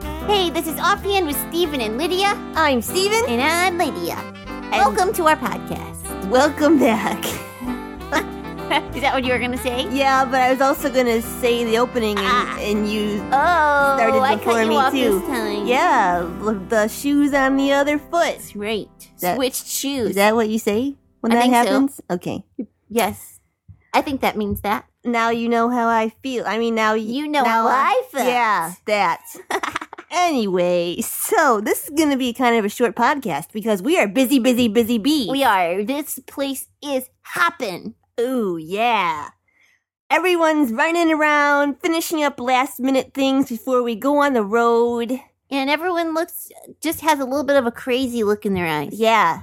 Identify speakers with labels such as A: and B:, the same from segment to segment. A: everybody. This is Offhand with Stephen and Lydia.
B: I'm Steven.
A: And I'm Lydia. Welcome to our podcast.
B: Welcome back.
A: Is that what you were going to say?
B: Yeah, but I was also gonna say the opening and,
A: Ah.
B: and you.
A: Oh,
B: Started
A: I
B: before
A: cut you
B: me,
A: off
B: too.
A: this time.
B: Yeah, look, the shoes on the other foot.
A: That's right.
B: That-
A: Switched shoes.
B: Is that what you say when
A: I
B: that
A: think so.
B: happens? Okay.
A: yes. I think that means that.
B: Now you know how I feel. I mean, now
A: You know
B: now
A: how I felt.
B: Yeah, that. anyway, so this is gonna be kind of a short podcast because we are busy, busy, busy bee.
A: We are. This place is hopping.
B: Ooh, yeah. Everyone's running around, finishing up last minute things before we go on the road.
A: And everyone looks, just has a little bit of a crazy look in their eyes.
B: Yeah.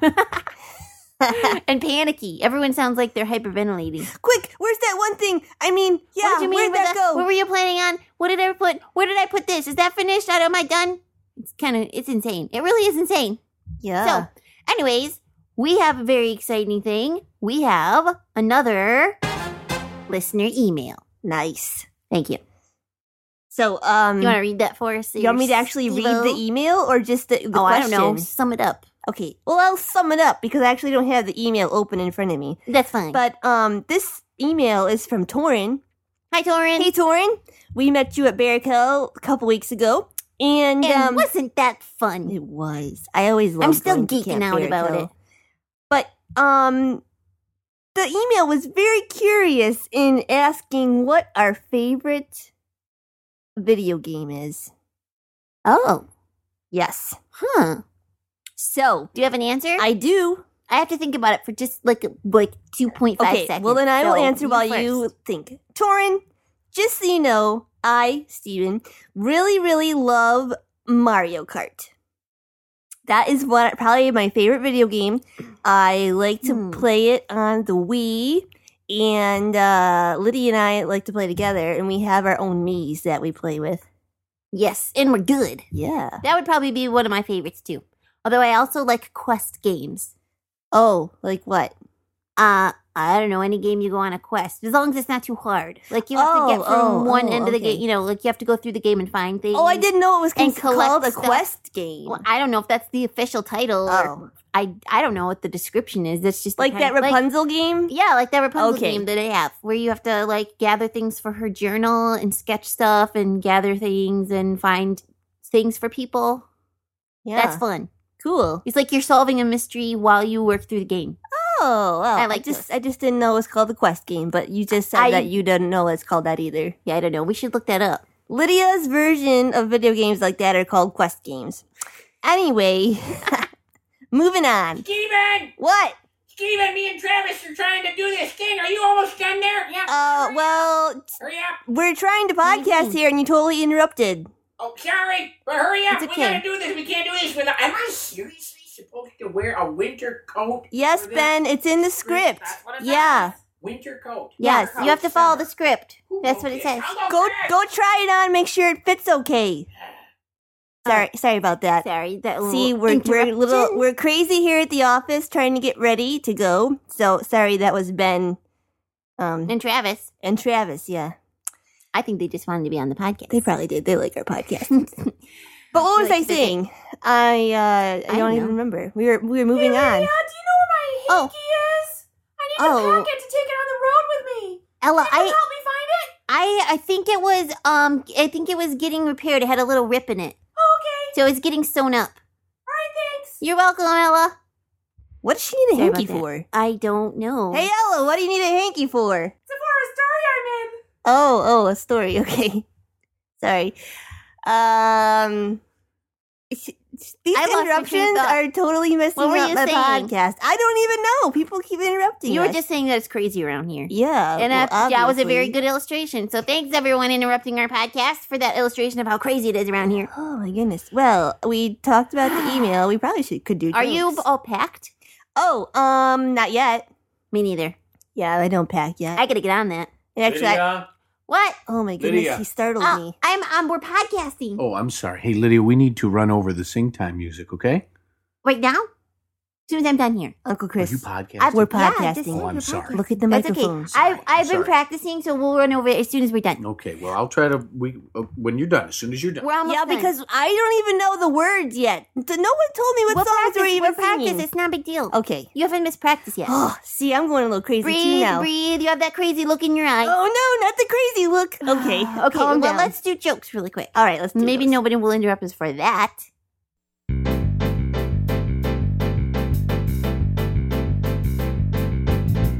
A: and panicky. Everyone sounds like they're hyperventilating.
B: Quick, where's that one thing? I mean, yeah,
A: what did you mean
B: where'd
A: with
B: that
A: the-
B: go?
A: What were you planning on? What did I put? Where did I put this? Is that finished? I- Am I done? It's kind of, it's insane. It really is insane.
B: yeah.
A: So, anyways, we have a very exciting thing. We have another listener email.
B: nice.
A: Thank you.
B: So, um,
A: You want to read that for us?
B: you want me to actually read the email or just the, the
A: Oh, I don't
B: question?
A: know. Sum it up.
B: Okay. Well, I'll sum it up because I actually don't have the email open in front of me.
A: That's fine.
B: But um, this email is from Torin.
A: Hi, Torin.
B: Hey, Torin. We met you at Bear Hill a couple weeks ago, and,
A: and
B: um,
A: wasn't that fun?
B: It was. I always love.
A: I'm still
B: going to
A: geeking
B: Camp
A: out
B: Bear
A: about
B: Hill.
A: it.
B: But um, the email was very curious in asking what our favorite video game is.
A: Oh,
B: Yes.
A: huh.
B: So
A: Do you have an answer?
B: Hmm. I do.
A: I have to think about it for just like like two point five
B: Okay.
A: seconds.
B: Well, then I will
A: So,
B: answer while you
A: first.
B: think. Torin, just so you know, I Steven, really, really love Mario Kart. That is what probably my favorite video game. I like to
A: Hmm.
B: play it on the Wii, and uh, Lydia and I like to play together, and we have our own Mii's that we play with.
A: Yes, and we're good.
B: Yeah.
A: That would probably be one of my favorites too. Although I also like quest games.
B: Oh, like what?
A: uh I don't know any game you go on a quest as long as it's not too hard. Like you have to
B: Oh,
A: get from
B: oh,
A: one
B: oh,
A: end of the
B: okay.
A: game, you know, like you have to go through the game and find things.
B: Oh, I didn't know it was
A: And
B: cons- called
A: collect
B: a
A: stuff.
B: quest game.
A: Well, I don't know if that's the official title. Or
B: oh,
A: I I don't know what the description is. That's just the
B: like
A: kind
B: that
A: of- like-
B: Rapunzel game.
A: yeah, like that Rapunzel
B: Okay.
A: game that they have, where you have to like gather things for her journal and sketch stuff and gather things and find things for people.
B: Yeah.
A: That's fun.
B: Cool.
A: It's like you're solving a mystery while you work through the game.
B: Oh, wow.
A: I
B: I
A: like
B: like just
A: those.
B: I just didn't know it was called the quest game, but you just said
A: I-
B: that you didn't know it's called that either.
A: Yeah, I don't know. We should look that up.
B: Lydia's version of video games like that are called quest games. Anyway, moving on.
C: Steven!
B: What?
C: Steven, me and Travis are trying to do this thing. Are you almost done there? Yeah.
B: Uh, well, t-
C: hurry up.
B: we're trying to podcast
A: Mhm.
B: here, and you totally interrupted.
C: Oh, sorry. But hurry
B: It's
C: up. We
B: okay.
C: gotta do this. We can't do this without. Am I seriously supposed to wear a winter coat?
B: Yes,
C: for this?
B: Ben, it's in the script.
C: That's what it says.
B: Yeah,
C: Winter coat.
A: Yes,
C: Winter
A: you have to
C: coat,
A: follow the
C: summer.
A: script.
C: Who
A: That's
C: wrote
A: what it
C: this?
A: says.
C: I'll
B: go
C: first.
B: go try it on. Make sure it fits okay. Sorry, sorry about that.
A: Sorry, that little
B: See, we're we're
A: Oh, interruption.
B: little we're crazy here at the office trying to get ready to go. So sorry that was Ben, um,
A: and Travis.
B: and Travis. Yeah,
A: I think they just wanted to be on the podcast.
B: they probably did. They like our podcast. But what was
A: Like
B: I
A: the-
B: saying? I uh, I,
A: I
B: don't
A: don't
B: even
A: know.
B: remember. We were we were moving on.
C: do you know where my
A: Oh.
C: is? I
A: need a Oh.
C: pocket to take it on the road with me.
A: Ella, I,
C: me find it?
A: I, I think it was, um, I think it was getting repaired. It had a little rip in it,
C: Okay.
A: so it's getting sewn up.
C: All right, thanks.
A: You're welcome, Ella.
B: What does she need a
A: Sorry
B: hanky
A: about that.
B: for?
A: I don't know.
B: Hey Ella, what do you need a hanky for?
C: It's for a story I'm in.
B: Oh oh, a story. Okay, sorry. Um. s- s- These
A: I lost my train of
B: interruptions
A: thought.
B: are totally messing
A: What were
B: up
A: you
B: my
A: saying?
B: podcast. I don't even know. People keep interrupting.
A: you were
B: us.
A: just saying that it's crazy around here.
B: Yeah.
A: And
B: well,
A: that- that was a very
B: obviously.
A: good illustration. So thanks everyone interrupting our podcast for that illustration of how crazy it is around here.
B: Oh my goodness. Well, we talked about the email. We probably should could do.
A: Are you
B: jokes.
A: all packed?
B: Oh, um, not yet.
A: Me neither.
B: Yeah, I don't pack yet.
A: I gotta get on that.
B: and actually, I,
A: What?
B: oh my goodness,
D: Lydia.
B: he startled
A: Oh,
B: me.
A: I'm um, we're podcasting
D: Oh, I'm sorry. Hey, Lydia, we need to run over the sing time music, okay?
A: right now. soon as I'm done here.
B: Uncle
D: Are
B: Chris.
D: you podcasting?
A: I-
B: We're
A: yeah,
B: podcasting.
A: just-
D: Oh, I'm
A: we're
D: sorry.
A: podcasting.
B: Look at the
A: That's okay.
B: microphones.
A: I, I've been
D: Sorry.
A: practicing, so we'll run over it as soon as we're done.
D: okay, well, I'll try to. We uh, when you're done, as soon as you're done.
A: We're almost
B: yeah,
A: done.
B: because I don't even know the words yet. Th- No one told me what
A: we'll
B: songs
A: practice.
B: we're even
A: we'll practice.
B: singing.
A: It's not a big deal.
B: Okay.
A: You haven't missed practice yet.
B: Oh, see, I'm going a little crazy too
A: breathe,
B: now.
A: breathe. You have that crazy look in your eye.
B: Oh no, not the crazy look. Okay,
A: okay.
B: Calm
A: well,
B: down.
A: let's do jokes really quick.
B: All right, let's do
A: Maybe
B: those.
A: nobody will interrupt us for that.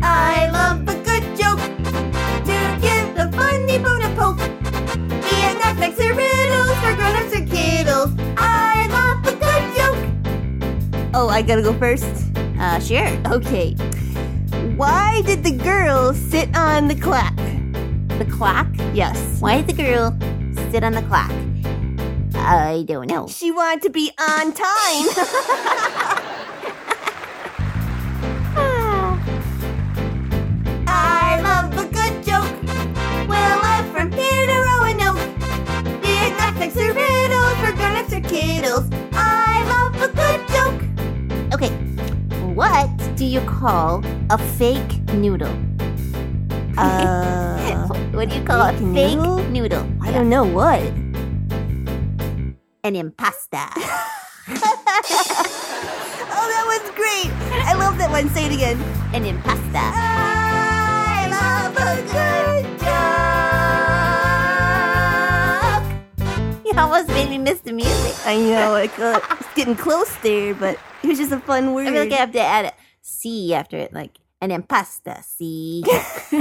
B: I love a good joke to give the funny bone a poke. Being knacks or riddles for grown-ups or kiddles. I love a good joke. Oh, I gotta go first.
A: Uh, sure.
B: Okay. Why did the girl sit on the clock?
A: The clock.
B: Yes.
A: Why did the girl sit on the clock? I don't know.
B: She wanted to be on time. I love a good joke. Well, I'm from here to Roanoke. Big knacks or riddles for grown-ups or kiddles. I love a good joke.
A: Okay. What do you call a fake noodle?
B: Uh,
A: what do you call
B: fake
A: a fake
B: noodle?
A: noodle?
B: I don't know what.
A: An impasta.
B: Oh, that was great. I love that one. Say it again.
A: An impasta.
B: I love a good joke.
A: You almost made me miss the music.
B: I know it got- it's getting close there, but it was just a fun word.
A: I feel like I have to add a C after it, like an impasta C.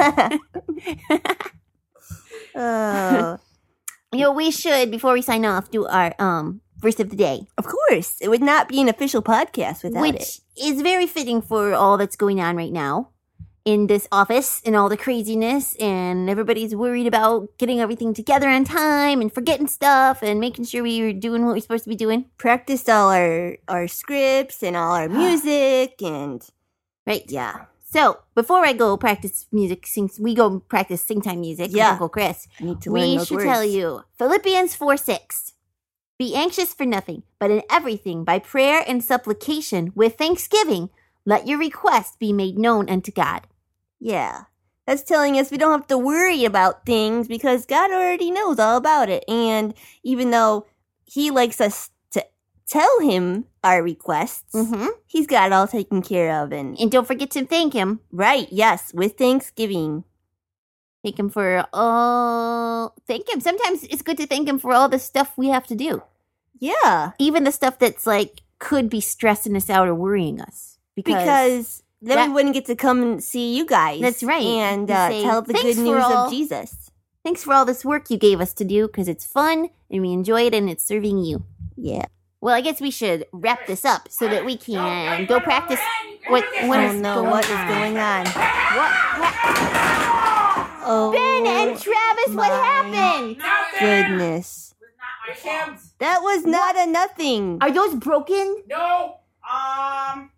B: oh,
A: you know, we should before we sign off do our um verse of the day,
B: of course, it would not be an official podcast without
A: which
B: it.
A: is very fitting for all that's going on right now in this office and all the craziness and everybody's worried about getting everything together on time and forgetting stuff and making sure we are doing what we're supposed to be doing.
B: Practiced all our our scripts and all our music, and
A: Right.
B: yeah,
A: So before I go practice music, sing, we go practice sing time music
B: Yeah.
A: with Uncle Chris.
B: I need to learn
A: we
B: those
A: should
B: words.
A: tell you Philippians 4 6. Be anxious for nothing, but in everything, by prayer and supplication, with thanksgiving, let your requests be made known unto God.
B: Yeah. That's telling us we don't have to worry about things because God already knows all about it. And even though He likes us to tell Him our requests,
A: Mm-hmm.
B: He's got it all taken care of. And
A: And don't forget to thank Him.
B: right, yes, with Thanksgiving.
A: Thank Him for all. Thank Him. Sometimes it's good to thank Him for all the stuff we have to do,
B: Yeah.
A: even the stuff that's like could be stressing us out or worrying us. Because,
B: Because then
A: that-
B: we wouldn't get to come and see you guys.
A: That's right.
B: And
A: And
B: uh,
A: say,
B: tell the
A: "Thanks
B: good
A: for
B: news
A: all-
B: of Jesus.
A: thanks for all this work you gave us to do because it's fun and we enjoy it and it's serving you.
B: Yeah.
A: Well, I guess we should wrap this up so that we can go practice.
C: What?
A: What
B: I
A: is
B: don't know
A: going
B: Oh, what is
A: on?
B: going on.
A: What? ha-
B: Oh,
A: ben and Travis, what
B: my
A: happened?
B: goodness.
C: My hands.
B: That was not a nothing.
A: Are those broken?
C: No. Um.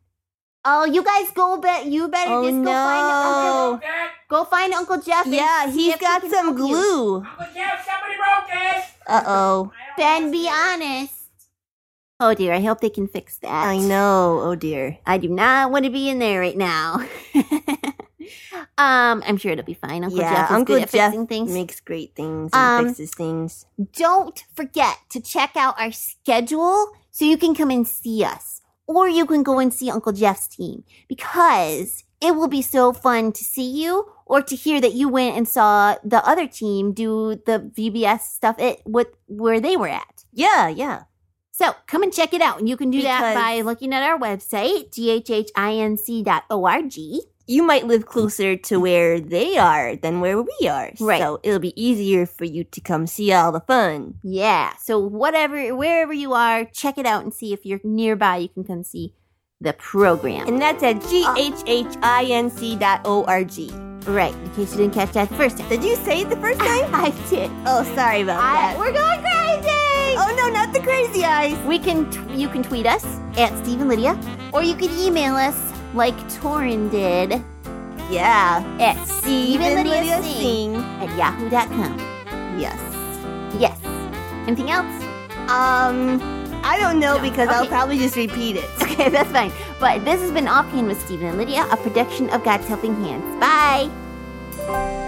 A: Oh, you guys go bet. You better
B: Oh,
A: just go find
B: no.
A: Uncle.
B: Oh.
C: That.
A: Go find Uncle Jeff. and
B: Yeah,
A: see
B: he's
A: if he
B: got
A: can
B: some
A: help you.
B: glue.
C: Uncle Jeff, somebody broke it.
B: Uh oh.
C: I
A: Ben,
C: don't
A: be
C: know.
A: honest. Oh dear, I hope they can fix that.
B: I know. Oh dear.
A: I do not want to be in there right now. um, I'm sure it'll be fine. Uncle
B: yeah,
A: Jeff is
B: Uncle
A: good at
B: Jeff
A: fixing things.
B: makes great things
A: Um,
B: and fixes things.
A: don't forget to check out our schedule so you can come and see us or you can go and see Uncle Jeff's team because it will be so fun to see you or to hear that you went and saw the other team do the VBS stuff at what where they were at.
B: Yeah, yeah.
A: So come and check it out. And you can do that
B: Because-
A: by looking at our website, ghhinc.org.
B: You might live closer to where they are than where we are.
A: Mm. Right.
B: So it'll be easier for you to come see all the fun.
A: Yeah. So whatever wherever you are, check it out and see if you're nearby you can come see the program.
B: And that's
A: Uh,
B: at ghhinc dot O-R-G.
A: Right, in case you didn't catch that the first time.
B: Did you say it the first time?
A: I did.
B: oh, sorry about
A: I,
B: that.
A: we're going crazy!
B: Oh no, not the crazy eyes.
A: We can, t- you can tweet us at Steve and Lydia, or you can email us like Torin did
B: Yeah.
A: at Steve
B: Even
A: and
B: Lydia,
A: Lydia Sing
B: sing.
A: at yahoo.com.
B: Yes.
A: Yes. Anything else?
B: Um, I don't know because I'll
A: Okay.
B: probably just repeat it.
A: Okay, that's fine. But this has been Offhand with Stephen and Lydia, a production of God's Helping Hands. Bye.